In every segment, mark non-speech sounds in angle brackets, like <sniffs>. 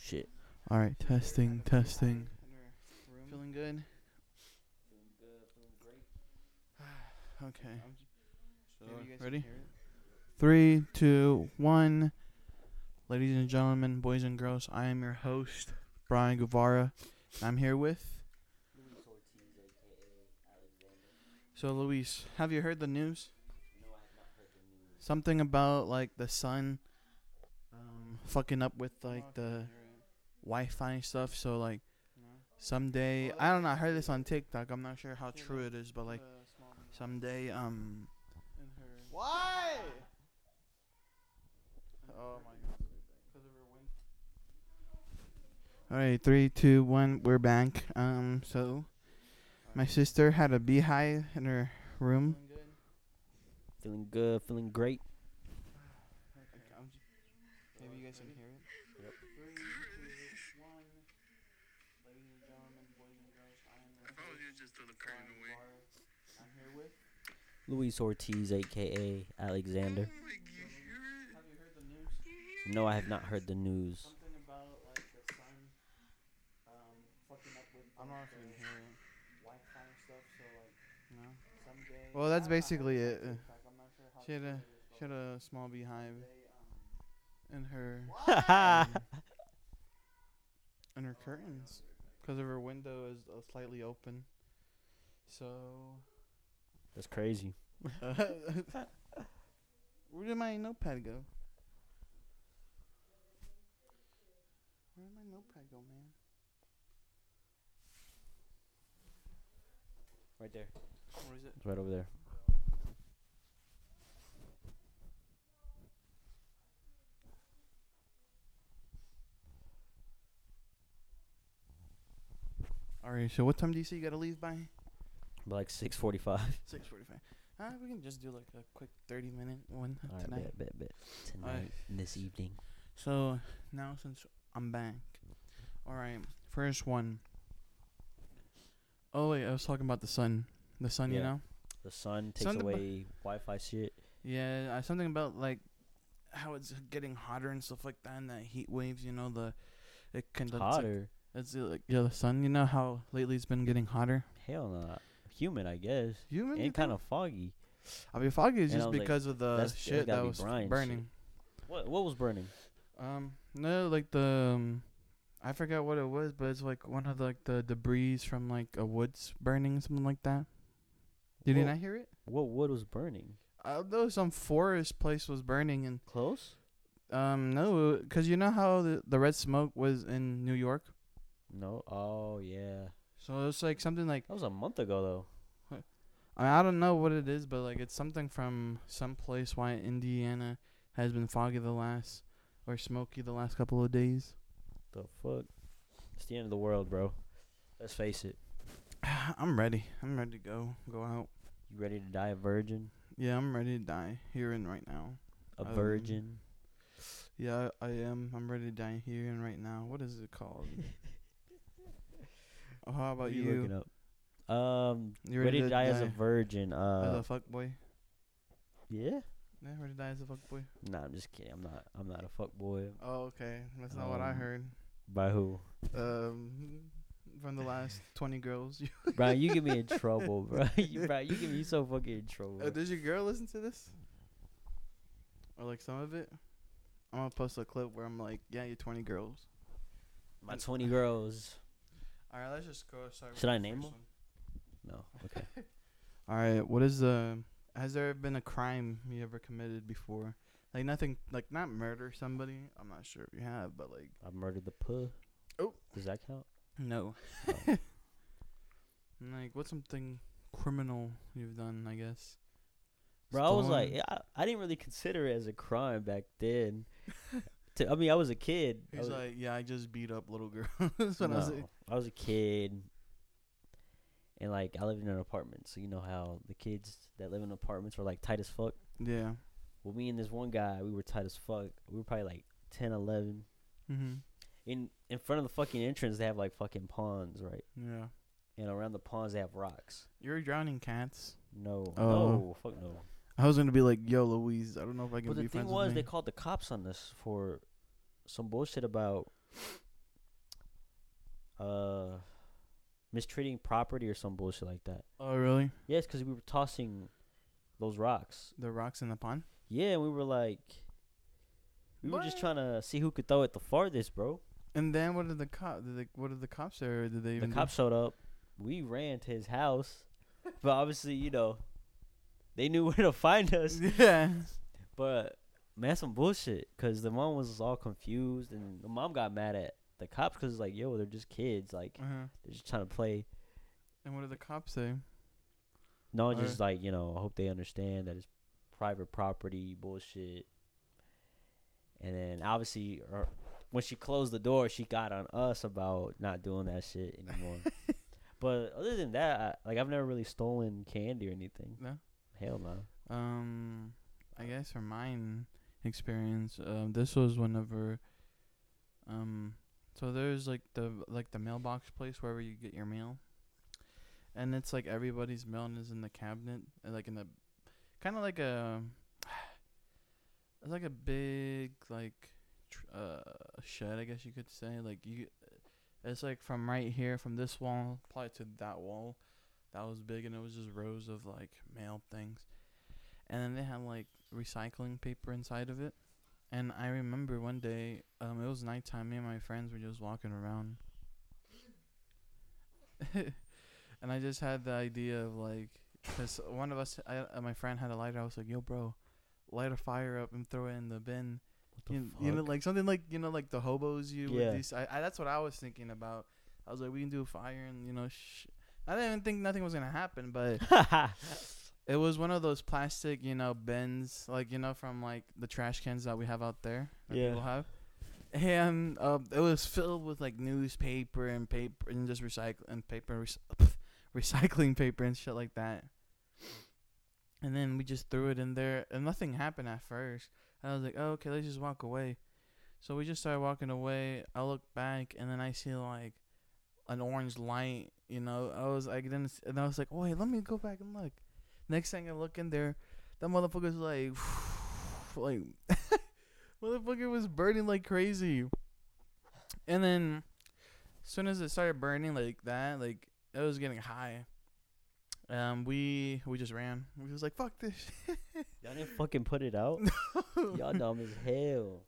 shit. All right, testing, testing. Feeling good? <sighs> Okay. Maybe you guys can Ready? hear it. Three, two, one. Ladies and gentlemen, boys and girls, I am your host, Brian Guevara. and I'm here with. So, Luis, have you heard the news? Something about, like, the sun um, fucking up with, Oh, like, the Wi Fi stuff. So, like, someday. I don't know. I heard this on TikTok. I'm not sure how true it is, but, like, someday, um. Why? Oh my god. All right, three, two, one. We're back. Um, so my sister had a beehive in her room. Feeling good, feeling great. Maybe you guys can hear it. Luis Ortiz, aka Alexander. Have you heard the news? No, I have not heard the news. Something about like the sun, um, fucking up with. I'm not sure if you can hear it. Wi-Fi and stuff. So like No. someday. Well, that's basically it. She had a she had a small beehive in her um, and her curtains because of her window is uh, slightly open. So, That's crazy. where did my notepad go? Where did my notepad go, man? Right there. Where is it? It's right over there. All right. So, what time do you say you gotta leave by? But like 6:45. <laughs> Six forty-five. Uh, we can just do like a quick thirty-minute one All right, tonight. bet, bet, bet. Tonight, Alright. this evening. So now since I'm back, all right. First one. Oh wait, I was talking about the sun. The sun, you Yeah. know. The sun takes Something about- away Wi-Fi shit. Yeah, uh, something about like how it's getting hotter and stuff like that, and that heat waves. You know the it can Hotter. It's uh, like yeah, the sun. You know how lately it's been getting hotter. Hell no. Humid, I guess. Human. And kind of foggy. I mean, foggy is And I just was like, because of the that's- that's shit gotta that be was Brian's shit. burning. What what was burning? Um, no, like the um, I forgot what it was, but it's like one of the, like the debris from like a woods burning, something like that. Did you Whoa. not hear it? What wood was burning? I know some forest place was burning, and Close? um, no, cause you know how the the red smoke was in New York, No. Oh yeah. so it's like something like That was a month ago though. I, mean, I don't know what it is, but like it's something from some place why Indiana has been foggy the last or smoky the last couple of days. The fuck? It's the end of the world, bro. Let's face it. I'm ready. I'm ready to go go out. You ready to die a virgin? Yeah, I'm ready to die here and right now. A Um, virgin? Yeah, I I am. I'm ready to die here and right now. What is it <laughs> called? oh, how What about are you? looking up? Um, You ready, to die, as a virgin? as a Uh, fuck boy? yeah. Yeah, ready to die as a fuck boy. Nah, I'm just kidding. I'm not. I'm not a fuck boy. Oh, okay. That's not what I Um, heard. By who? Um, from the last twenty girls. You- Brian, you get me in trouble, bro. <laughs> you, Brian, you get me so fucking in trouble. Uh, does your girl listen to this? Or like some of it? I'm gonna post a clip where I'm like, yeah, you're twenty girls. My 20 girls. All right, let's just go. Start with Should the I name 'em? first one. No. Okay. All right, what is the? Has there been a crime you ever committed before? Like nothing, like not murder somebody. I'm not sure if you have, but like I murdered the puh. Oh. Does that count? <laughs> no. like what's something criminal you've done? I guess. Bro, I was like, Stolen? yeah, I, I didn't really consider it as a crime back then. <laughs> to, I mean, I was a kid. I was- he's like, yeah, I just beat up little girls <laughs> when I was like, No, I was a kid, and like I lived in an apartment, so you know how the kids that live in apartments were like tight as fuck. yeah. Well, me and this one guy, we were tight as fuck. We were probably like 10, 11. Mm-hmm. In in front of the fucking entrance, they have like fucking ponds, right? Yeah. And around the ponds, they have rocks. You're drowning cats. No, Oh. no, fuck no. I was gonna be like, yo, Louise. I don't know if I can But be the thing friends was, with they me. called the cops on us for some bullshit about uh, mistreating property or some bullshit like that. Oh really? Yes, because we were tossing those rocks. The rocks in the pond? Yeah, and we were like, we were just trying to see who could throw it the farthest, bro. And then what did the cop? Did they, what did the cops say? Or did they The even? do- cops showed up. We ran to his house, but obviously, you know, they knew <laughs> where to find us. <laughs> Yeah. But man, that's some bullshit. Cause the mom was all confused, and the mom got mad at the cops because like, yo, they're just kids. Like Uh-huh. they're just trying to play. And what did the cops say? No, Alright. just like you know, I hope they understand that it's private property bullshit. And then obviously, her, when she closed the door, she got on us about not doing that shit <laughs> anymore. but other than that, I, like I've never really stolen candy or anything. No. Hell no. Um, I guess for mine experience, um, this was whenever, um, so there's like the like the mailbox place wherever you get your mail, and it's like everybody's mail is in the cabinet, uh, like in the, kind of like a, it's like a big like, tr- uh, shed I guess you could say like you, it's like from right here from this wall probably to that wall, that was big and it was just rows of like mail things and then they had like recycling paper inside of it. And I remember one day, um, it was nighttime. Me and my friends were just walking around, <laughs> and I just had the idea of like, cause one of us, I, uh, my friend had a lighter. I was like, "Yo, bro, light a fire up and throw it in the bin." What You, you know, like something like you know, like the hobos. You Yeah. with these. I, I that's what I was thinking about. I was like, we can do a fire and you know, sh- I didn't even think nothing was gonna happen, but <laughs> it was one of those plastic, you know, bins, like you know, from like the trash cans that we have out there. That Yeah. People have. And uh, it was filled with like newspaper and paper and just recycle and paper, rec- <laughs> recycling paper and shit like that. And then we just threw it in there, and nothing happened at first. And I was like, oh, okay, let's just walk away. So we just started walking away. I look back, and then I see like an orange light. You know, I was like, then it's- and I was like, wait, let me go back and look. Next thing I look in there, that motherfucker's like, <sighs> like, <laughs> motherfucker was burning like crazy. And then, as soon as it started burning like that, like it was getting high. Um, we we just ran. We was like, fuck this. <laughs> <laughs> Y'all didn't fucking put it out. Y'all dumb as hell.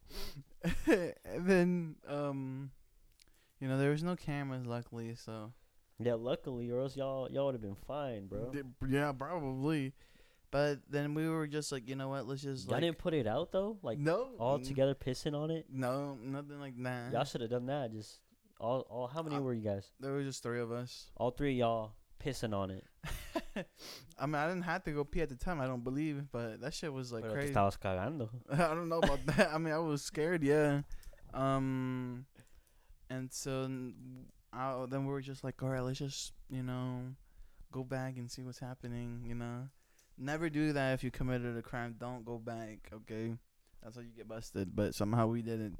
and then um, you know there was no cameras luckily, so Yeah, luckily, or else y'all y'all would have been fine, bro. D- yeah, probably. But then we were just like, you know what? Let's just Y'all like didn't put it out though, like no all n- together pissing on it. No, nothing like that. Y'all should have done that. Just all all. How many Uh, were you guys? there were just three of us. All three of y'all pissing on it. I mean, I didn't have to go pee at the time. I don't believe, but that shit was like Pero te crazy. estabas cagando. <laughs> I don't know about that. I mean, I was scared, yeah. Um, and so n- I, then we were just like, all right, let's just you know go back and see what's happening. You know, never do that if you committed a crime. Don't go back, okay? That's how you get busted. But somehow we didn't.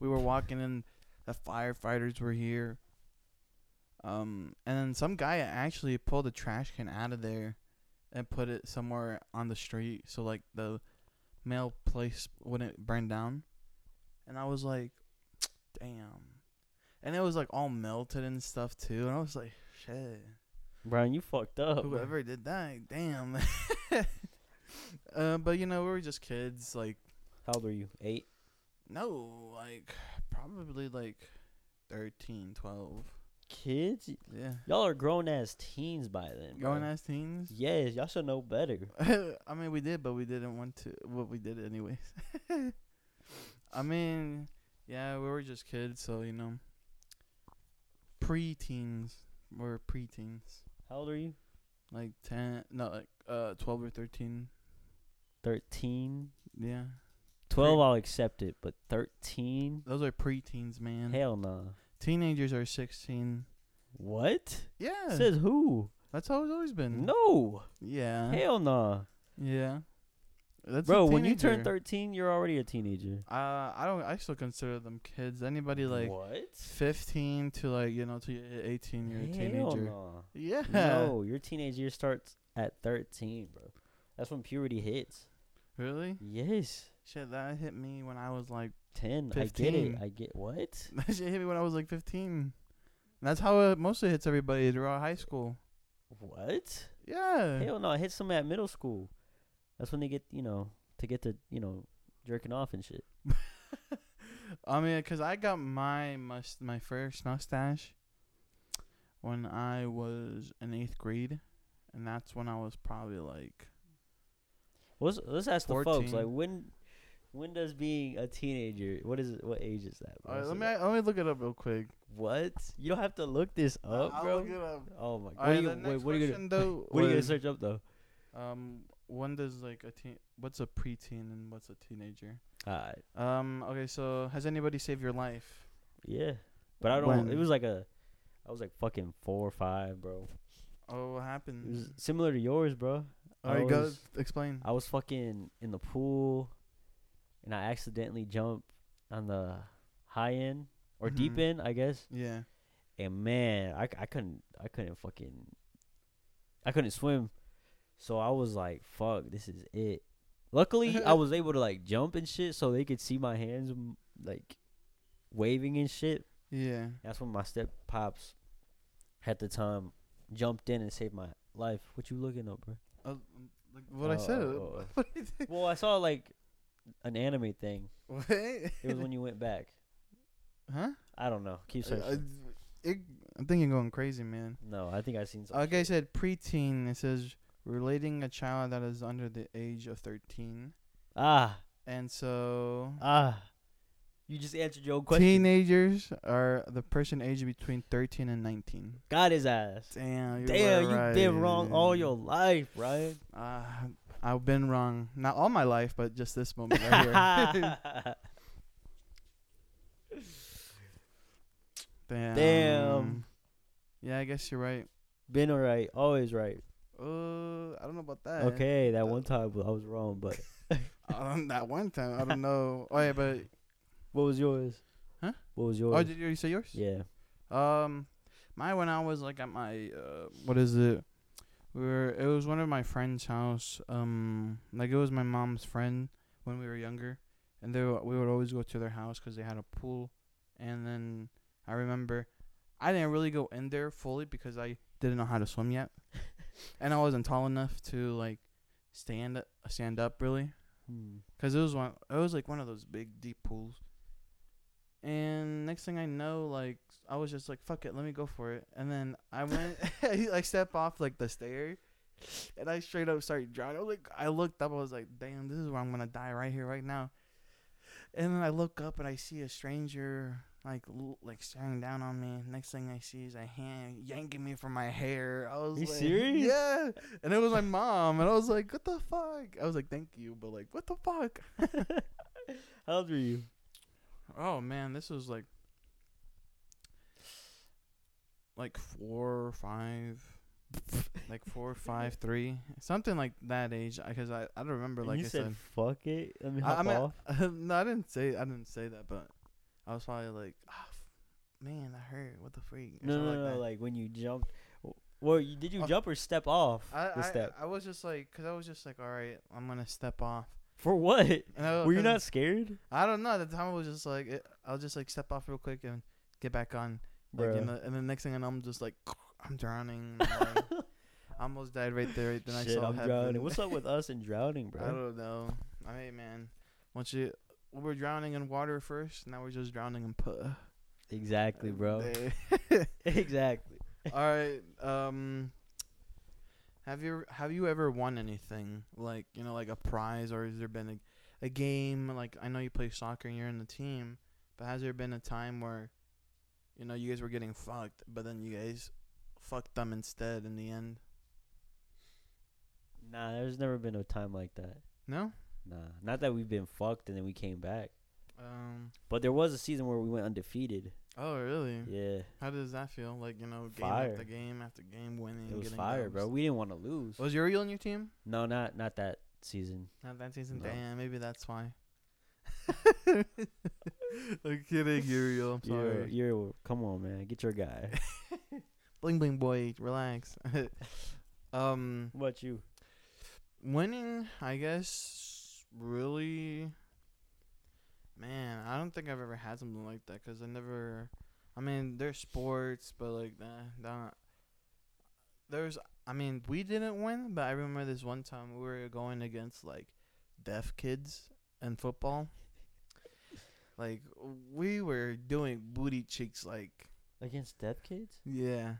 We were walking and the firefighters were here. Um, and then some guy actually pulled a trash can out of there and put it somewhere on the street so like the mail place wouldn't burn down. And I was like, damn. And it was like all melted and stuff too. And I was like, shit. Brian, you fucked up. bro. Whoever did that, damn. <laughs> uh, but you know, we were just kids. Like, How old were you? Eight. no, like probably like 13, 12. Kids. Yeah. Y'all are grown ass teens by then. Bro. Going as teens. Yes, y'all should know better. <laughs> I mean, we did, but we didn't want to. Well, we did it anyways. <laughs> I mean, yeah, we were just kids, so you know, pre-teens. We're pre-teens, How old are you? like ten, no, like uh, twelve or thirteen. Thirteen. Yeah, Twelve, I'll accept it, but thirteen? those are pre-teens, man. Hell nah. Teenagers are sixteen. What? Yeah, Says who? that's how it's always been. No. Yeah. Hell nah. Yeah. That's a Bro, when you turn teenager. 13, you're already a teenager. uh, I don't. I still consider them kids. Anybody like. what? 15 to like you know to you're 18 you're a Hell teenager nah. yeah No, your teenage year starts at 13, bro. That's when puberty hits. <laughs> really Yes. shit that hit me when i was like <laughs> 10. I get it. 15. I get what? that shit hit me when i was like 15 And that's how it mostly hits everybody throughout high school. What? Yeah. Hell no! I hit some at middle school. That's when they get you know to get to you know jerking off and shit. I mean, cause I got my must my first mustache when I was in eighth grade, and that's when I was probably like Let's let's ask the folks 14. like when when does being a teenager what is it, what age is that? bro? All right, Is let it me like- let me look it up real quick. What? You don't have to look this up, I'll bro. look it up. Oh my god. what All are you, right, the wait, next what are you question, gonna though, What are you gonna was, search up though? Um, when does like a teen? What's a preteen and what's a teenager? Alright. Um, okay, so has anybody saved your life? Yeah. But I don't it When? was like a I was like fucking four or five, bro. Oh, what It was happened? similar to yours, bro. All right, I go was- explain. I was fucking in the pool and I accidentally jumped on the high end or deep Mhm. end, I guess. yeah. And man, I, c- I couldn't I couldn't fucking I couldn't swim. So I was like, fuck, this is it. Luckily, <laughs> I was able to like jump and shit so they could see my hands m- like waving and shit. Yeah. That's when my step pops at the time jumped in and saved my life. What you looking up, bro? Uh, um, like what I Oh, said. <laughs> oh, oh, oh. What do you think? Well, I saw like an anime thing. What? It was when you went back. huh? I don't know. Keep I, I, searching. it, I think you're going crazy, man. No, I think I seen something. Like I said, preteen. It says relating a child that is under the age of thirteen, Ah, and so ah. You just answered your own question. Teenagers are the person aged between 13 and 19. Got his ass. Damn, you Damn, were you've been right. wrong all your life, right? Uh, I've been wrong, not all my life, but just this moment <laughs> <laughs> right here. Damn. Damn. Yeah, I guess you're right. Been alright, always right. Uh, I don't know about that. Okay, that one time I was wrong, <laughs> but Um, that one time, I don't know. Oh yeah, but what was yours? Huh? What was oh, yours? did you already say yours? yeah. Um, my when I was like at my uh, what is it? We were it was one of my friend's house. Um, like it was my mom's friend when we were younger, and they were, we would always go to their house 'cause they had a pool. And then I remember, I didn't really go in there fully because I didn't know how to swim yet, and I wasn't tall enough to like stand stand up really. Hmm. Cause it was one, it was like one of those big deep pools. And next thing I know, like I was just like, "Fuck it, let me go for it." And then <laughs> I went, <laughs> I like, step off like the stair, and I straight up started drowning. I was like, I looked up, I was like, "Damn, this is where I'm gonna die right here, right now." And then I look up and I see a stranger like l- like staring down on me. Next thing I see is a hand yanking me from my hair. I was You like, serious? Yeah. And it was my mom, and I was like, "What the fuck?" I was like, "Thank you," but like, "What the fuck?" <laughs> How old were you? Oh man, this was like like four or five, like <laughs> four, five, three, something like that age. Because I, I don't remember And like you I said, <laughs> said. "Fuck it, let me I, hop I mean, off." <laughs> no, I didn't say I didn't say that, but I was probably like, "Ah, f- man, that hurt. What the freak? or No, something no, no. that. Like when you jumped. w- Well, you, did you Oh. jump or step off I, the I, step? I was just like, cause I was just like, all right, I'm gonna step off. For what? And I, Were you 'cause not scared, I don't know. At the time, I was just like, it, I'll just like step off real quick and get back on. Like, Bruh. and, the, and the next thing I know, I'm just like, <sniffs> I'm drowning. and, like, <laughs> I almost died right there. Right then Shit, I saw I'm heaven. drowning. What's up with us and drowning, <laughs> I bro? don't know. I mean, man, once you we were drowning in water first, now we're just drowning in puh. Exactly, bro. All <laughs> exactly. right. Um, have you have you ever won anything like you know like a prize or has there been a, a game like I know you play soccer and you're in the team, but has there been a time where you know you guys were getting fucked, but then you guys fucked them instead in the end? Nah, there's never been a time like that. No. Nah, not that we've been fucked and then we came back. Um. But there was a season where we went undefeated. Oh really? Yeah, How does that feel? Like you know, game Fire. after game after game, winning. it was getting fire, bro. dubs. We didn't want to lose. Was Uriel on your team? No, not not that season. Not that season. No. Damn, maybe that's why. <laughs> I'm kidding, Uriel. I'm You're, sorry. you're come on, man, get your guy. Bling bling boy, relax. <laughs> um, <laughs> what about you? winning, I guess, really. Man, I don't think I've ever had something like that because I never. I mean, there's sports, but like nah, nah. There's, I mean, we didn't win, but I remember this one time we were going against like deaf kids in football. like we were doing booty cheeks, like Against deaf kids? yeah,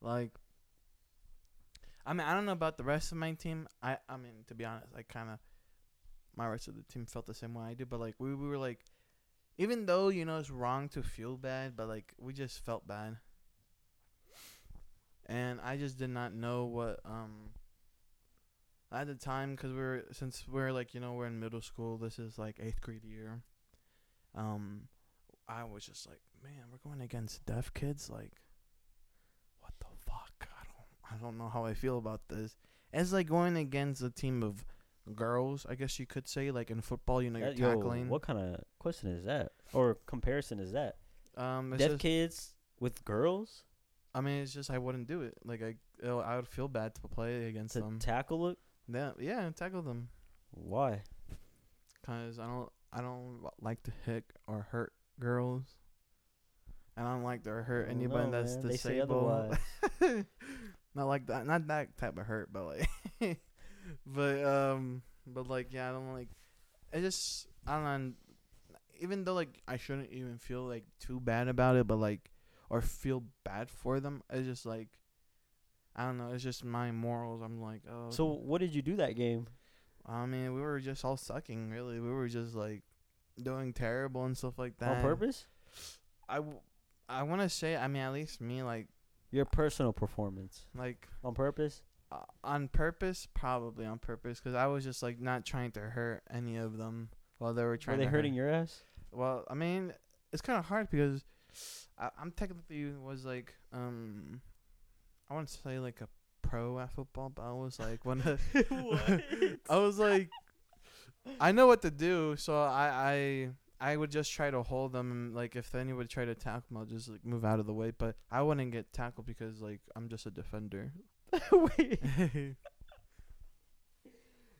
like. I mean, I don't know about the rest of my team. I, I mean, to be honest, I kind of my rest of the team felt the same way I do. But like we, we were like, even though you know it's wrong to feel bad, but like we just felt bad, and I just did not know what um. At the time, because we were since we're like you know we're in middle school. This is like eighth grade year. Um, I was just like, man, we're going against deaf kids. Like, what the fuck? I don't, I don't know how I feel about this. It's like going against a team of girls, I guess you could say. Like in football, you know, you're That- yo, tackling. what kind of question is that? Or comparison is that? Um, it's deaf just- kids with girls I mean, it's just I wouldn't do it. Like I, it'll- I would feel bad to play against to them. tackle it? yeah, yeah, tackle them. Why? Cause I don't, I don't li- like to hit or hurt girls. And I don't like to hurt I don't know, anybody that's man. They say disabled. <laughs> otherwise. not like that not that type of hurt but like <laughs> but um but like yeah i don't like i just i don't know even though like i shouldn't even feel like too bad about it but like or feel bad for them it's just like i don't know it's just my morals i'm like oh so what did you do that game? i mean we were just all sucking really we were just like doing terrible and stuff like that On purpose? i w- i want to say i mean at least me like Your personal performance. like On purpose? uh, on purpose, probably on purpose, because I was just like not trying to hurt any of them while they were Were trying. they to hurting hurt. your ass? <laughs> <laughs> Well, I mean, it's kind of hard because I, I'm technically was like um, I want to say like a pro at football, but I was like one <laughs> of <laughs> I was like, I know what to do, so I I I would just try to hold them. and, Like if anyone would try to tackle me, I'll just like move out of the way. But I wouldn't get tackled because like I'm just a defender. <laughs> Wait,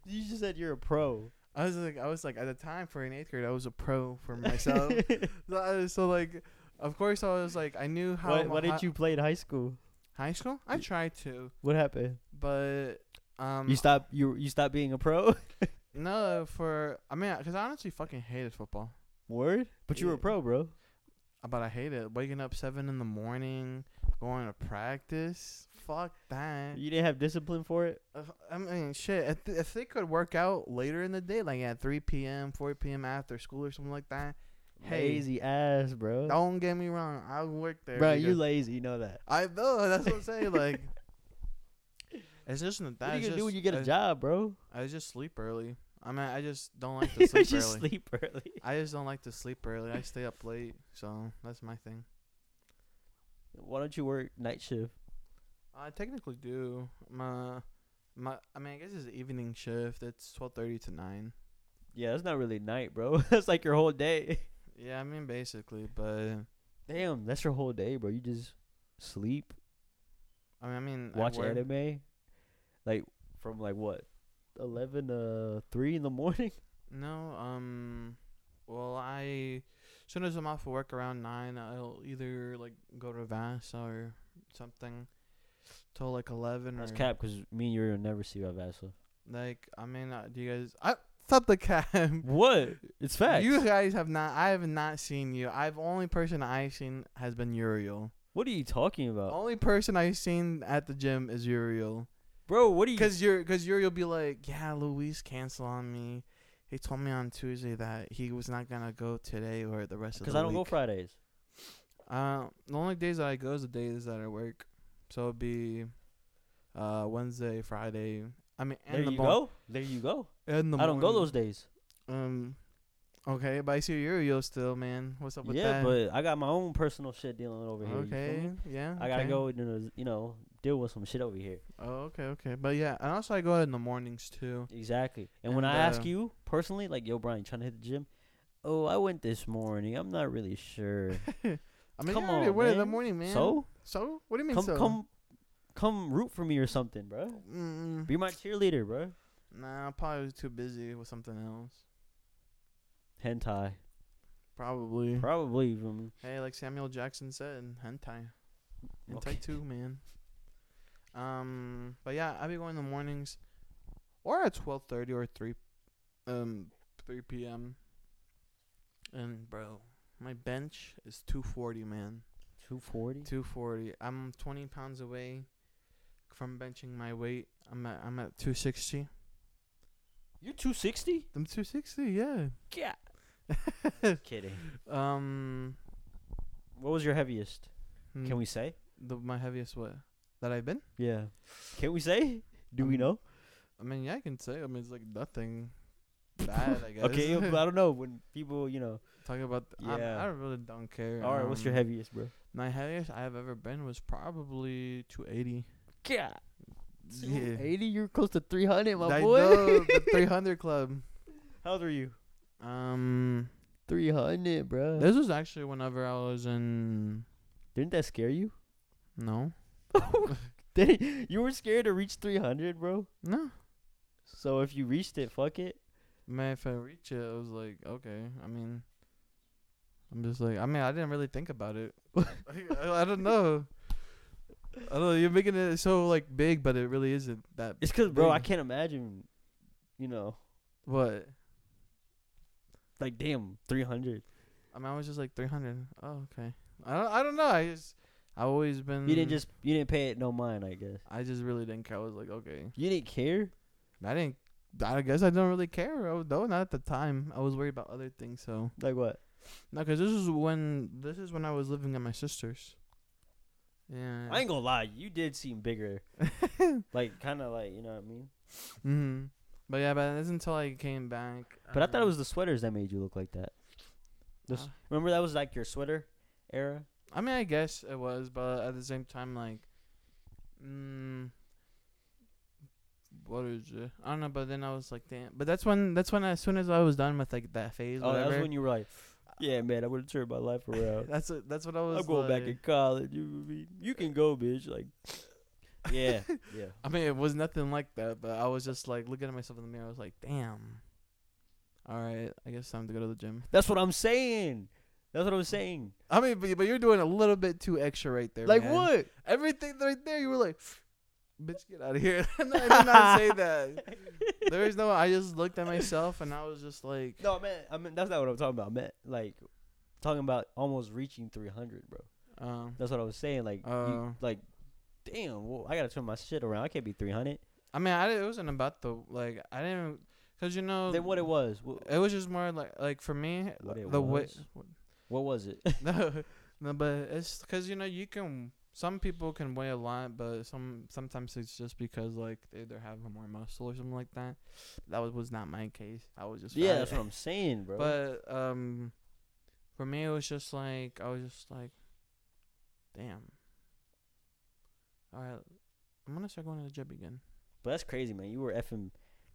you just said you're a pro. I was like, I was like, at the time for an eighth grade, I was a pro <laughs> for myself. so, I- so, like, of course, I was like, I knew how. Why, my why hi- didn't you play in high school? high school? I tried to, What happened? but um, You stop. You you stop being a pro. <laughs> no for I mean, cause I honestly fucking hated football. Word. But you were a Yeah. pro, bro. But I hate it. Waking up seven in the morning, going to practice. Fuck that. You didn't have discipline for it. If- I mean, shit. If, th- if they could work out later in the day, like at 3 p.m., 4 p.m. after school or something like that, Hey. Lazy ass, bro. don't get me wrong. I work there. bro, you because- lazy. You know that. I know. That's what I'm <laughs> saying. Like, it's just not that. what are you it's gonna just, do when you get a I- job, bro? I just sleep early. I mean, I just don't <laughs> like <laughs> to You sleep just early. sleep early. I just don't like to sleep early. I stay up late, so that's my thing. Why don't you work night shift? I technically do my my. I mean, I guess it's evening shift. It's twelve thirty to nine. Yeah, that's not really night, bro. <laughs> that's like your whole day. Yeah, I mean basically, but I mean, Damn, that's your whole day, bro. You just sleep, I mean, I watch work- anime, like from like what, eleven to three in the morning. No, um, well, I soon as I'm off of work around nine, I'll either like go to Vass or something till like eleven That's or cap because me and you will never see Vavassa. like. I mean, uh, do you guys? I stop the cap. What? It's <laughs> facts. You guys have not. I have not seen you. I've only person I've seen has been Uriel. what are you talking about, Only person I've seen at the gym is Uriel. bro? What are you? Cause you're, cause Uriel be like, yeah, Luis cancel on me. He told me on Tuesday that he was not gonna go today or the rest of the Because I don't go week." Fridays. Uh, the only days that I go is the days that I work. So it'd be, uh, Wednesday, Friday. I mean, and There the you mo- go. There you go. And the I don't go morning. those days. Um, okay, but I see Uriel still, man. What's up with Yeah, that? but I got my own personal shit dealing over here. you feel okay, me? yeah. I gotta okay. go and uh, you know deal with some shit over here. Oh, okay, okay, but yeah, and also I go out in the mornings too. Exactly. And, when And, I ask uh, you personally, like, yo, Brian, trying to hit the gym? Oh, I went this morning. I'm not really sure. I mean, Come you're on, already awake in the man. morning, <laughs> man. So so what do you mean come, so? come, come, root for me or something, bro. Mm, Be my cheerleader, bro. nah, I probably was too busy with something else. Hentai. Probably. Probably even Hey, like Samuel Jackson said in hentai. Hentai Okay. too, man. Um, but yeah, I'll be going in the mornings, or at twelve thirty or three, um, three p.m. And bro, my bench is two forty, man. two <laughs> forty. Two forty. I'm twenty pounds away from benching my weight. I'm at I'm at two sixty. You're two sixty? I'm two sixty. Yeah. Yeah. Kidding. Um. What was your heaviest? mm, Can we say? The, my heaviest what that I've been? Yeah. Can we say? Do we Um, know? I mean, yeah, I can say. I mean, it's like <laughs> nothing bad, I guess. Okay, I don't know. When people, you know, Talk about. Yeah. Yeah. I, really don't care. all right, what's your um, heaviest, bro? My heaviest I have ever been was probably 280. Yeah. Yeah. You're close to three hundred, I know, <laughs> the 300 club. How old are you? Um, Three hundred, bro. this was actually whenever I was in. Didn't that scare you? <laughs> No, Did it- you were scared to reach three hundred, bro? no. So if you reached it, fuck it. Man, if I reach it, I was like, okay. I mean, I'm just like, I mean, I didn't really think about it. <laughs> I, I don't know. I don't know. You're making it so like big, but it really isn't that. It's cause, bro, I big. can't imagine. You know, What? like damn, three hundred. I mean, I was just like 300. Oh, okay. I don't. I don't know. I just. I've always been. You didn't just, you didn't pay it no mind, I guess. I just really didn't care. I was like, okay. You didn't care. I didn't. I guess I don't really care. Oh, no, not at the time. I was worried about other things. So Like what? no, because this is when this is when I was living at my sister's. Yeah. I ain't gonna lie, you did seem <laughs> bigger. like kind of like you know what I mean. hmm But yeah, but that's until I came back. But I thought it um, was the sweaters that made you look like that. This, uh, remember that was like your sweater era. I mean, I guess it was, but at the same time, like, mm, what is it? I don't know. But then I was like, damn. But that's when that's when as soon as I was done with like that phase, Oh, whatever. that was when you were like, yeah, man, I would have turned my <laughs> life around. that's what, that's what I was. I'm going back like- in college. You, know what I mean? you can go, bitch. <laughs> Like, yeah, yeah. I mean, it was nothing like that, but I was just like looking at myself in the mirror. I was like, damn. All right, I guess time to go to the gym. That's what I'm saying. That's what I'm <laughs> saying. I mean, but, but you're doing a little bit too extra right there. Like man. what? Everything right there, you were like, bitch, get out of here. <laughs> I did <laughs> not say that. There is no. I just looked at myself and I was just like, No, man. I mean, that's not what I'm talking about. I meant like talking about almost reaching 300, bro. um, That's what I was saying. Like, Oh. you, like, damn. Well, I gotta turn my shit around. I can't be 300. I mean, I, it wasn't about the like. I didn't, cause you know, Then what it was? What, It was just more like like for me, What it the was? way. what was it? <laughs> no, no, but it's because you know you can. Some people can weigh a lot, but some sometimes it's just because like they either have more muscle or something like that. That was, was not my case. I was just <laughs> yeah, fat. that's what I'm saying, bro. But um, for me it was just like I was just like, damn. All right, I'm gonna start going to the gym <laughs> again. but that's crazy, man. You were effing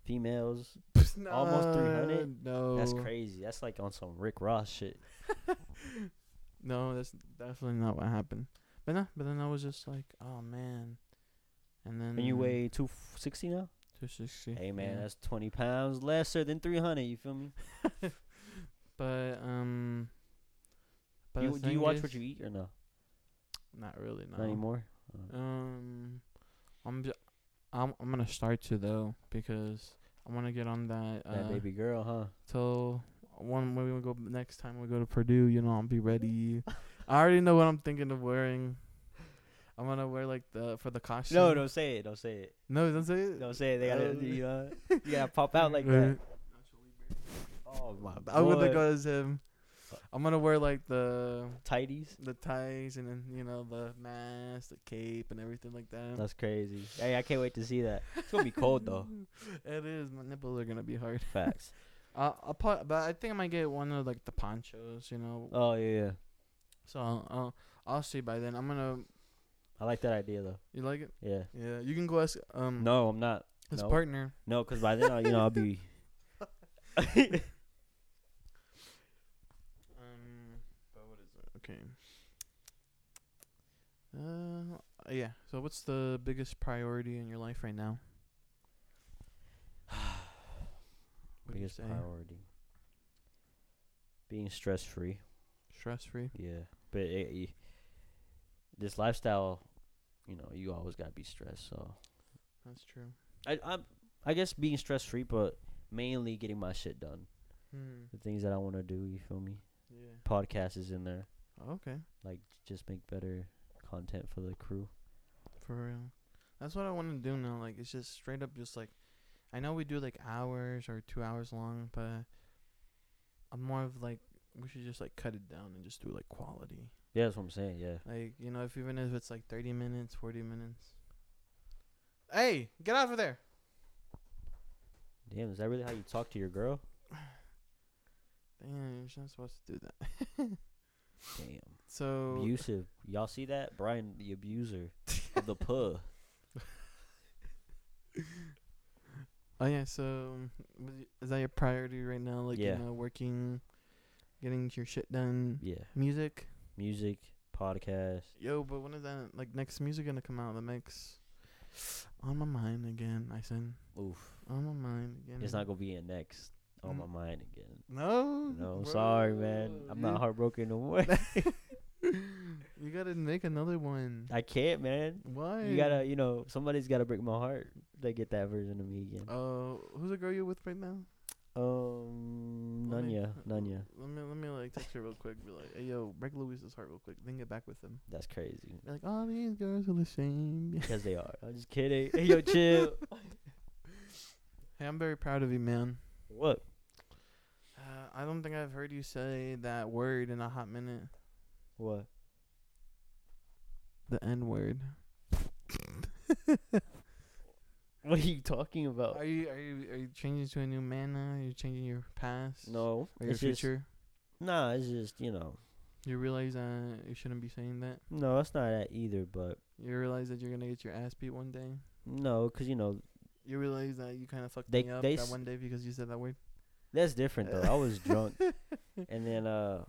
females. Nah, 300? No, That's crazy. That's like on some Rick Ross shit. No, that's definitely not what happened. But no, but then I was just like, oh man, and then And you weigh 260 now? two sixty. Hey, man, that's 20 pounds lesser than 300. You feel me? but um, but You, the do you thing watch is- what you eat or no? Not really, no. Not anymore? Um, I'm just, I'm I'm gonna start to though because I want to get on that. Uh, that baby girl, <laughs> huh? Till one when we go next time we go to Purdue, you know I'll be ready. I already know what I'm thinking of wearing. I'm gonna wear like the for the costume. No, don't say it. Don't say it. no, don't say it. Don't say it. They gotta, Uh, you, know, you gotta pop out like <laughs> that. Oh, my I'm gonna boy. go as him. I'm gonna wear like the Tighties. the ties and then you know the mask, the cape, and everything like that. That's crazy. Hey, I can't wait to see that. It's gonna be cold, <laughs> though. it is. My nipples are gonna be hard. <laughs> Facts. Uh, I'll put, but I think I might get one of like the ponchos. You know, Oh, yeah, yeah. so I'll, I'll I'll see by then. I'm gonna. I like that idea, though. You like it? Yeah. Yeah. You can go ask um No, I'm not. his no. partner. No, because by then, I'll, you know, I'll be. Um, but what is it? Okay. Uh, yeah. So what's the biggest priority in your life <sighs> right now? What do you biggest say? priority. being stress free. Stress free. Yeah, but it, it- this lifestyle, you know, you always gotta be stressed. So That's true. I, I'm, I guess being stress free, but mainly getting my shit done. Hmm. The things that I want to do. You feel me? Yeah. Podcast is in there. Okay. Like, just make better content for the crew. For real. That's what I want to do now. Like, it's just straight up just like, I know we do like hours or two hours long, but I'm more of like, we should just like cut it down and just do like quality. Yeah, that's what I'm saying. Yeah. Like, you know, if even if it's like 30 minutes, 40 minutes. Hey, get out of there. Damn, is that really how you talk to your girl? Damn, you're not supposed to do that. Damn. So, Abusive. Y'all see that? Brian, the abuser of <laughs> the puh. oh yeah, so was y- is that your priority right now? Like, Yeah. you know, working, getting your shit done, Yeah. music. Music, podcast. Yo, but when is that like next music gonna come out? of The mix on my mind again. I said Oof. on my mind again. It's not going to be in next on Mm. my mind again. No, <laughs> No, bro. sorry, man. I'm You- not heartbroken no <laughs> more. You gotta make another one. I can't, man. Why? You gotta, you know, somebody's gotta break my heart to get that version of me again. Oh, who's the girl you're with right now? Um, Let me- Nanya, Nanya. Let me let me like text her real quick. Be like, hey yo, break Louise's heart real quick. Then get back with him. That's crazy. <laughs> Be like, all these girls are the same. <laughs> Because they are. I'm just kidding. Yo, chill. hey, I'm very proud of you, man. What? Uh, I don't think I've heard you say that word in a hot minute. What? The N word. What are you talking about? Are you are you are you changing to a new man now? Are you changing your past? no. Or your it's just- future? nah, it's just, you know. You realize uh you shouldn't be saying that. No, it's not that either, but You realize that you're gonna get your ass beat one day. no, 'cause you know, You realize that you kind of fucked They- me up they that s- one day because you said that word. that's different, <laughs> though. I was drunk. And then, uh,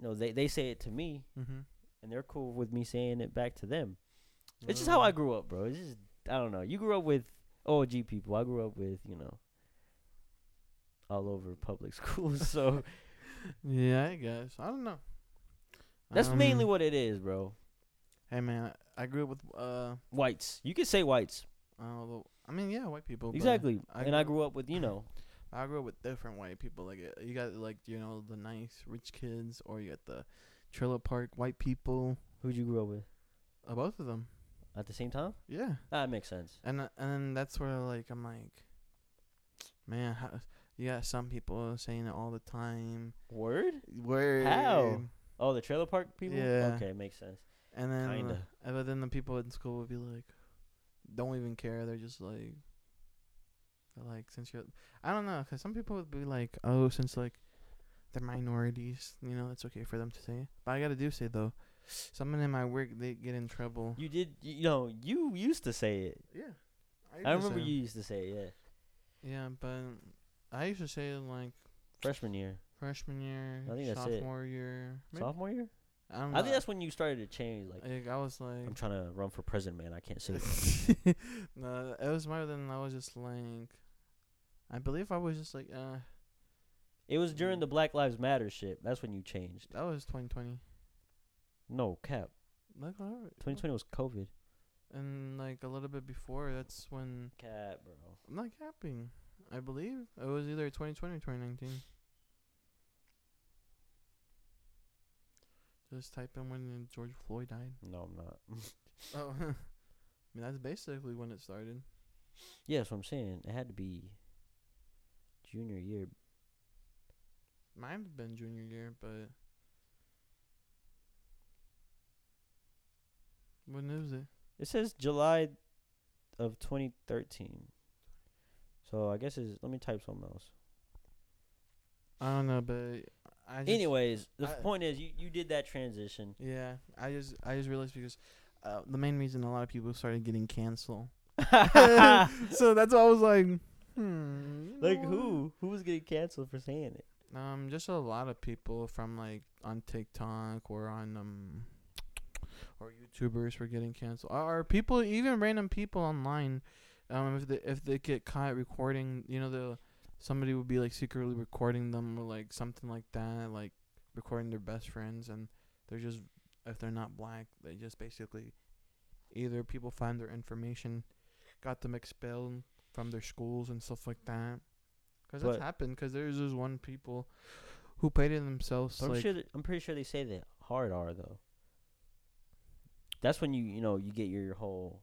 no, they, they say it to me, Mm-hmm. and they're cool with me saying it back to them. It's just how I grew. grew up, bro. It's just I don't know. You grew up with OG people. I grew up with you know all over public <laughs> schools. <laughs> So Yeah, I guess. I don't know. that's Um, mainly what it is, bro. Hey man, I I grew up with uh, Whites. You could say whites I don't know, I mean yeah, white people. but exactly. I and I grew- grew up with you know I grew up with different white people. Like uh, you got like you know the nice rich kids, or you got the trailer park white people. who'd you grow up with Uh, both of them. at the same time. Yeah. That makes sense. And uh, and then that's where like I'm like, man, how, you got some people saying it all the time. Word. Where Oh, the trailer park people. Yeah. Okay, makes sense. And then, Kinda. uh, but then the people in school would be like, don't even care. They're just like, they're like since you're, I don't know, 'cause some people would be like, oh, since like they're minorities, you know, it's okay for them to say. it. But I gotta do say though, someone in my work they get in trouble. You did. You know. You used to say it. yeah, I remember you used to say it. Yeah. Yeah, but I used to say it like Freshman year, freshman year, I think that's it. sophomore year, maybe. sophomore year. I don't know. I think that's when you started to change. Like like, I was like, I'm <laughs> trying to run for president, man. I can't say. that. no, it was more than I was just like. I believe I was just like, uh, It was during the Black Lives Matter shit. That's when you changed. that was 2020. No cap. Like, alright, 2020 was COVID. And like a little bit before, that's when Cap, bro. I'm not capping. I believe it was either 2020 or 2019. Just type in when George Floyd died. No, I'm not. Oh, <laughs> I mean that's basically when it started. yeah, that's what I'm saying. It had to be junior year. Might have been junior year, but when is it? It says July of 2013. So I guess it's. Let me type something else. I don't know, but I just, Anyways, the I- point is, you, you did that transition. Yeah, I just I just realized because uh, the main reason a lot of people started <laughs> getting canceled. so that's why I was like, hmm. you like know who? Who was getting canceled for saying it? what? Um, just a lot of people from like on TikTok or on um or YouTubers were getting canceled. Or or people, even random people online, um, if they if they get caught recording, you know the somebody would be like secretly recording them or like something like that, like recording their best friends, and they're just if they're not black, they just basically either people find their information, got them expelled from their schools and stuff like that. 'Cause But- that's happened. 'Cause there's this one people who paid it themselves. I'm like, sure. th- I'm pretty sure they say that hard R though. That's when you you know you get your whole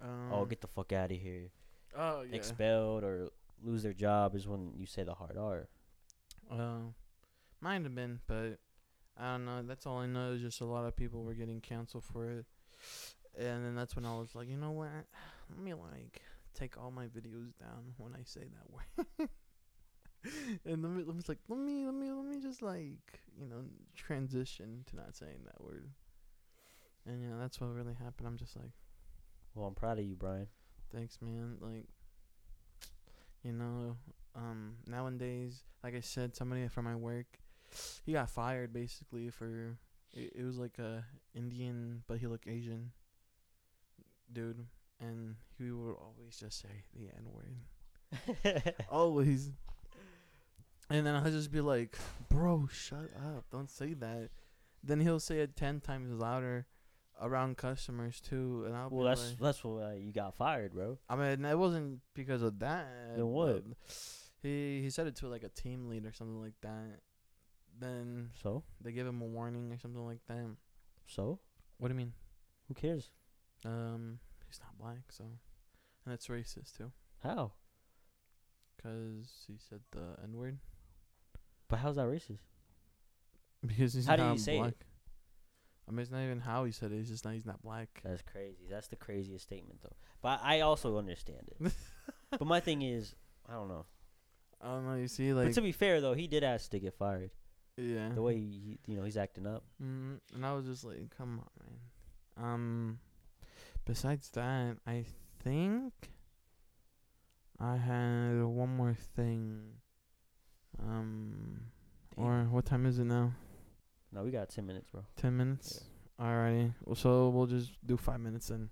um, oh get the fuck out of here oh yeah. expelled or lose their job is when you say the hard R. Uh, might have been, but I don't know. That's all I know is just a lot of people were getting canceled for it, and then that's when I was like, you know what? Let me like take all my videos down when I say that word. <laughs> and let me, let me like let me let me let me just like you know transition to not saying that word. And yeah, that's what really happened. I'm just like, Well, I'm proud of you, <laughs> Brian. thanks, man. Like, you know, um, nowadays, like I said, somebody from my work, he got fired basically for it, it was like a Indian, but he looked Asian dude, and he would always just say the N word, always. And then I'll just be like, bro, shut up, don't say that. Then he'll say it ten times louder around customers too, and I'll well, be that's like, that's what uh, you got fired, bro. I mean, it wasn't because of that. Then what? but He he said it to like a team lead or something like that. Then So they gave him a warning or something like that. so What do you mean? who cares? Um, he's not black, so, and it's racist too, How? 'cause he said the n word. <laughs> But how's that racist? Because he's How do you not say it? black. I mean, it's not even how he said it. It's just not he's not black. That's crazy. That's the craziest statement though. But I also understand <laughs> it. but my thing is, I don't know. I don't know. You see, like, Mm-hmm. but to be fair though, he did ask to get fired. yeah. The way he, you know he's acting up. Mm, and I was just like, come on, man. Um, besides that, I think I had one more thing. Um, or what time is it now? No, we got ten minutes, bro. 10 minutes? Alrighty. Well, so we'll just do five minutes then.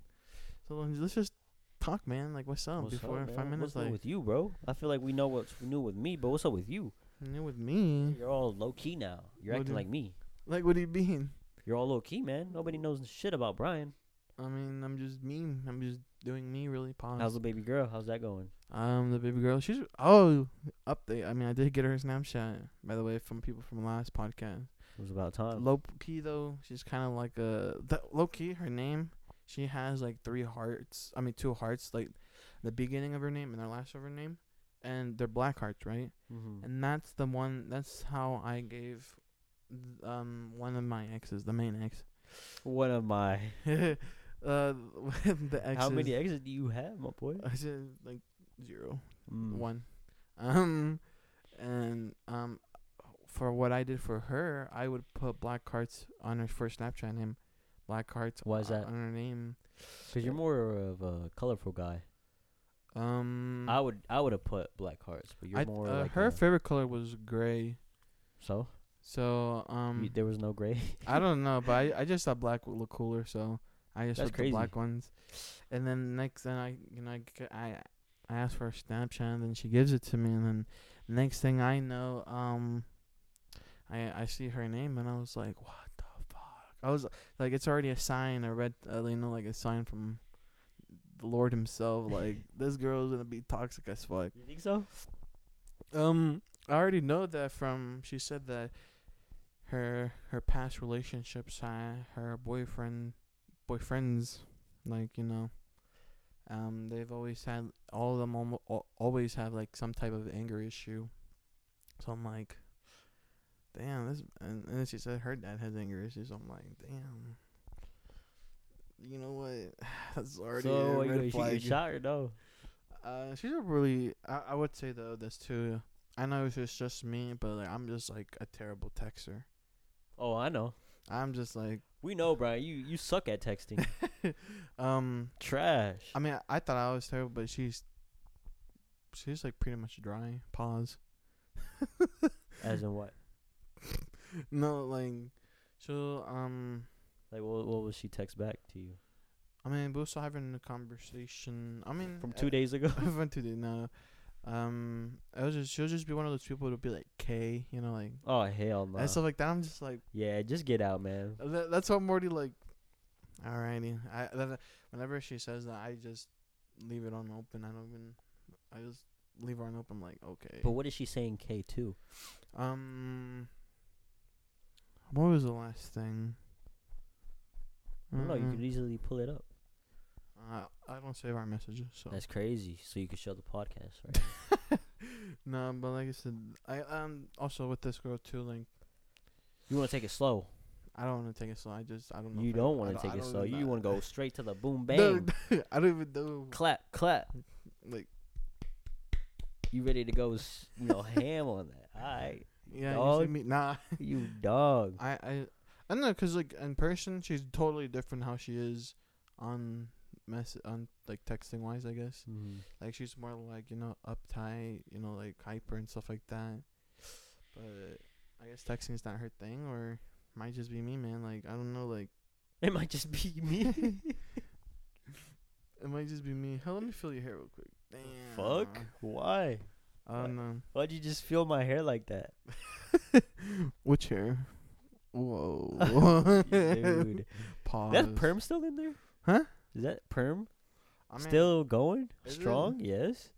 So then let's just talk, man. Like, what's up What's Oh, before up, five man? What's minutes? new like, with you, bro? I feel like we know what's new with me, but what's up with you? new with me? You're all low key now. You're Mm-hmm. What do acting you- like me. Like, what do you mean? You're all low key, man. Nobody knows shit about Brian. I mean, I'm just me. I'm just doing me really positive. How's the baby girl? How's that going? Um, the baby girl. She's oh update. I mean, I did get her Snapchat by the way from people from last podcast. It was about time. low key though, she's kind of like a the, low key. Her name, she has like three hearts. I mean, two hearts. Like the beginning of her name and the last of her name, and they're black hearts, right? Mm-hmm. And that's the one. That's how I gave th- um one of my exes, the main ex. <laughs> One of my. uh, <laughs> the exes. How many e- exits do you have, my boy? <laughs> I said like zero. Mm. one. Um, and um, for what I did for her, I would put black hearts on her for Snapchat him, black hearts. Why is o- that? on her name? Cause you're more of a colorful guy. Um, I would I would have put black hearts, but you're I- more uh, like her a- favorite color was gray. so So um, you- there was no gray. <laughs> <laughs> I don't know, but I, I just thought black would look cooler, so I just That's put the black crazy. ones. And then next, then I you know I g- I, I asked for a Snapchat, and then she gives it to me, and then next thing I know, um, I I see her name, and I was like, what the fuck? I was like, it's already a sign, a red, uh, you know, like a sign from the Lord <laughs> Himself, like this girl's gonna be toxic as fuck. you think so? Um, I already know that from she said that her her past relationships, uh, her boyfriend, boyfriends, like you know, um, they've always had all of them almo- al- always have like some type of anger issue. So I'm like, damn, this. And, and then she said her dad has anger issues. I'm like, damn. You know what? <sighs> That's already so a are you red gonna shoot your flag. shot or no? Uh, she's a really. I, I would say though this too. I know it's just- just me, but like I'm just like a terrible texter. Oh, I know. I'm just like, <laughs> We know, Brian. You you suck at texting. <laughs> um. Trash. I mean, I, thought I was terrible, but she's, she's like pretty much dry. Pause. <laughs> As in what? No, like, so um. Like what? What was she text back to you I mean, we also having a conversation. I mean, from uh, <laughs> two days ago? <laughs> from two days. No, Um, it was just she'll just be one of those people to be like K, you know, like Oh hell no. and stuff like that. I'm just like yeah, just get out, man. that, that's what I'm already like. Alrighty, I that, whenever she says that, I just leave it on open. I don't even, I just leave her on open. I'm like okay. But what is she saying K two? Um, what was the last thing? I don't know. You Mm, can easily pull it up. uh, I don't save our messages, so That's crazy. So you can show the podcast, right? <laughs> no. But like I said, I um also with this girl too. Like you want to take it slow. I don't want to take it slow. I just I don't know. You if I- don't I want to take I it don't slow. even You know. want to go straight to the <laughs> boom bang. No, I don't even know. Clap, clap. Like You ready to go? s- You know, ham on <laughs> that. All right, yeah, you Dog. see me? Nah, you dog. I I I don't know because like in person she's totally different how she is on mess on like texting wise. I guess like she's more like you know uptight, you know like hyper and stuff like that. But I guess texting is not her thing, or might just be me, man. Like I don't know, like It might just be <laughs> me. it might just be me. Hell, let me feel your hair real quick. Damn. Fuck. Why? I don't know. Why'd you just feel my hair like <laughs> that, Which hair? <laughs> Whoa. dude? <laughs> Pause. that perm still in there? Huh? Is that perm I mean, still going? is it? Strong? Yes.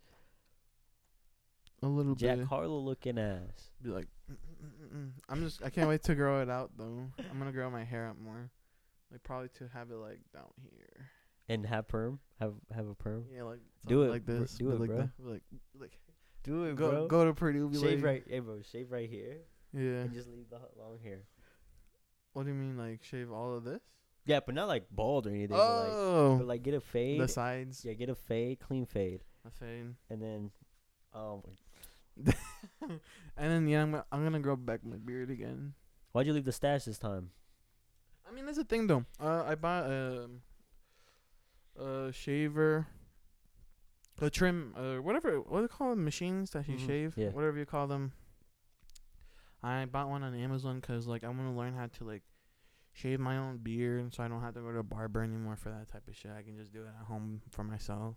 a little Jack bit. Harlow looking ass. Be like, "Mm, mm, mm, mm." I'm just. I can't wait to grow it out though. I'm gonna grow my hair out more. Like probably to have it like down here. And have perm? Have have a perm? Yeah, like Do something it, like bro. this. Do be it, like bro. that, be Like, like Do it, go bro. go to Purdue. Be shave like, right, hey, bro. Shave right here, Yeah. and just leave the h- long hair. What do you mean? Like shave all of this? Yeah, but not like bald or anything. but like, oh, but like get a fade. the sides. Yeah, get a fade, clean fade, A fade. and then, um, And then yeah, I'm gonna, I'm gonna grow back my beard again. why'd you leave the stash this time? I mean, that's the thing though. Uh, I bought um, a shaver, a trim, uh, whatever. What do you call them? Machines that you Mhm. shave, Yeah. whatever you call them. I bought one on Amazon because like I want to learn how to like shave my own beard, and so I don't have to go to a barber anymore for that type of shit. I can just do it at home for myself.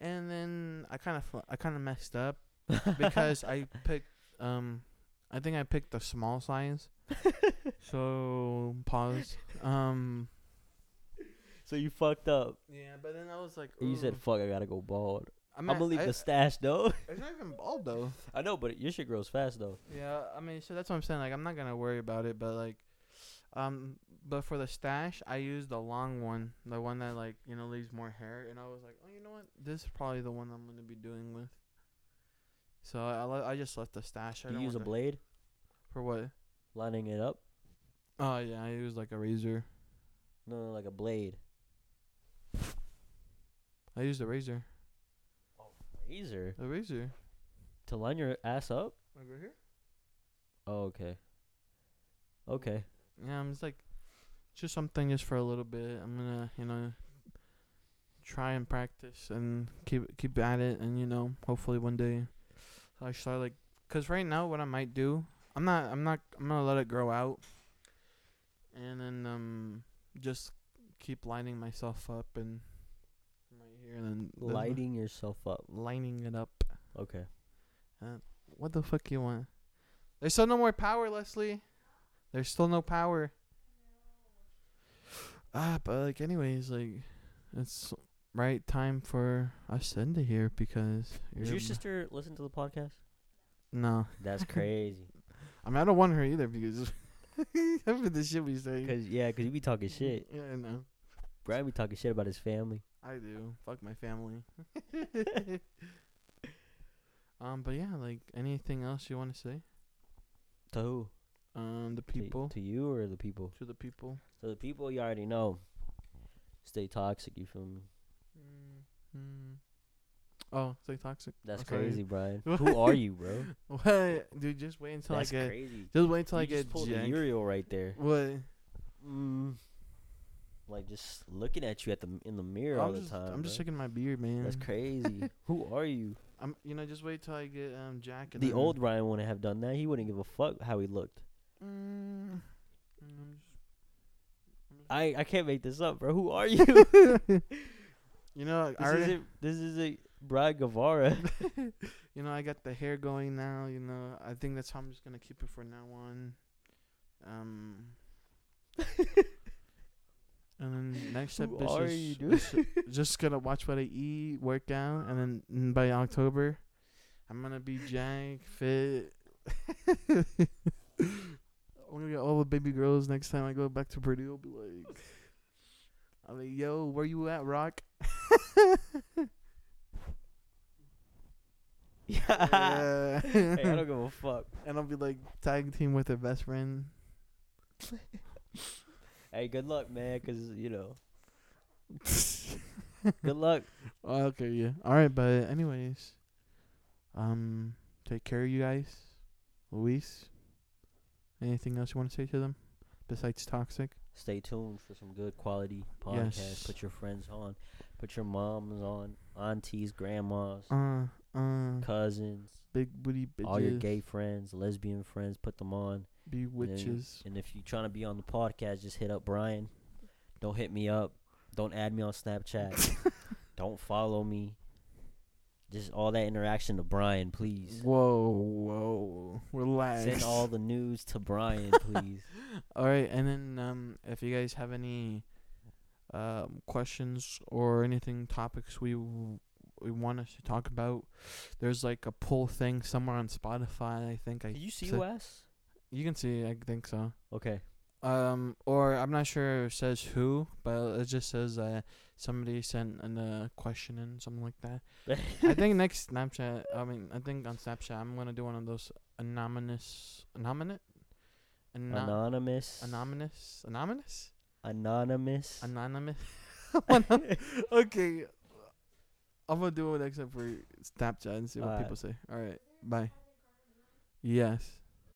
And then I kind of fl- I kind of messed up because I picked um I think I picked the small size. so pause. Um <laughs> so you fucked up. yeah, but then I was like You said, "Ooh." "Fuck, I gotta go bald." I I'm gonna leave I- the stash though. <laughs> It's not even bald though. I know, but your shit grows fast though. Yeah, I mean, so that's what I'm saying. Like, I'm not gonna worry about it, but like, um, but for the stash, I used the long one, the one that like you know leaves more hair, and I was like, oh, you know what, this is probably the one I'm gonna be doing with. So I le- I just left the stash. I Do you don't use a want the- blade, for what? lining it up? Oh yeah, I use like a razor. No, no, like a blade. I used a razor. Razor A razor. to line your ass up. Over here. Oh, okay. Okay. Yeah, I'm just like, just something just for a little bit. I'm gonna, you know, try and practice and keep keep at it, and you know, hopefully one day I start like, cause right now what I might do, I'm not, I'm not, I'm gonna let it grow out, and then um, just keep lining myself up and right here, and then then Lighting yourself up. lining it up. Uh, Okay. What the fuck you want? There's still no more power, Leslie. There's still no power. Ah, but like, anyways, like, it's right time for us to end it here because Does you're your m- sister listen to the podcast? No, That's crazy. I mean I don't want her either because <laughs> after the shit we say. <laughs> Cause yeah, cause you be talking shit. Yeah, I know. Brian be talking shit about his family. I do. Fuck <laughs> my family. um, but yeah, like, anything else you want to say? To who? Um, the To- people, To, you or the people? to the people. So the people you already know. Stay toxic. You feel me? Mm. Oh, stay toxic. <laughs> That's I'm sorry. crazy, <laughs> Brian. who are you, bro? What, dude? Just wait until That's I get. crazy. Just wait until you I just get Mm-hmm. pulled a jacked. Uriel right there. What? Mm. Like just looking at you at the in the mirror all I'm the just, time. I'm just bro. shaking my beard, man. That's <laughs> crazy. who are you? I'm, you know, just wait till I get um Jack. And The then- old Brian wouldn't have done that. He wouldn't give a fuck how he looked. Mm, I'm just- I I can't make this up, bro. Who are you? <laughs> this you know, I already. isn't this isn't Brad <laughs> Guevara. You know, I got the hair going now. You know, I think that's how I'm just gonna keep it for now on. <laughs> Um. and then next step Who is are just, <laughs> you, dude? <laughs> is ju- just gonna watch what I eat, work out, and then mm, by October, I'm gonna be jank, fit. <laughs> I'm gonna get all the baby girls next time I go back to Purdue. I'll be like, I'm like, yo, where you at, <laughs> Rock? yeah. Yeah. Hey, I don't give a fuck. <laughs> and I'll be like tag team with her best friend. Hey, good luck, man, because, you know, good luck. Oh, okay, yeah. All right, but anyways, um, take care of you guys, Luis. Anything else you want to say to them besides toxic? Stay tuned for some good quality podcasts. Yes. Put your friends on, put your moms on, aunties, grandmas, Uh, uh, cousins, big booty bitches, all your gay friends, lesbian friends, put them on. be then you- witches. And if you're trying to be on the podcast, just hit up Brian. Don't hit me up. Don't add me on Snapchat. Don't follow me. Just all that interaction to Brian, please. Whoa, whoa, relax. Send <laughs> all the news to Brian, please. All right, and then um, if you guys have any um, questions or anything topics we w- we want us to talk about, there's like a pull thing somewhere on Spotify. I think I Can you see said- Wes? you can see. I think so. Okay. Um, or I'm not sure it says who, but it just says uh, somebody sent a uh, question in something like that. <laughs> <laughs> I think next Snapchat. I mean, I think on Snapchat I'm gonna do one of those anonymous, anonymous, Ano- Anonymous. anonymous, anonymous. Anonymous. Anonymous. <laughs> Anon- okay. I'm gonna do it except for Snapchat and see what Alright. people say. All right. Bye. Yes.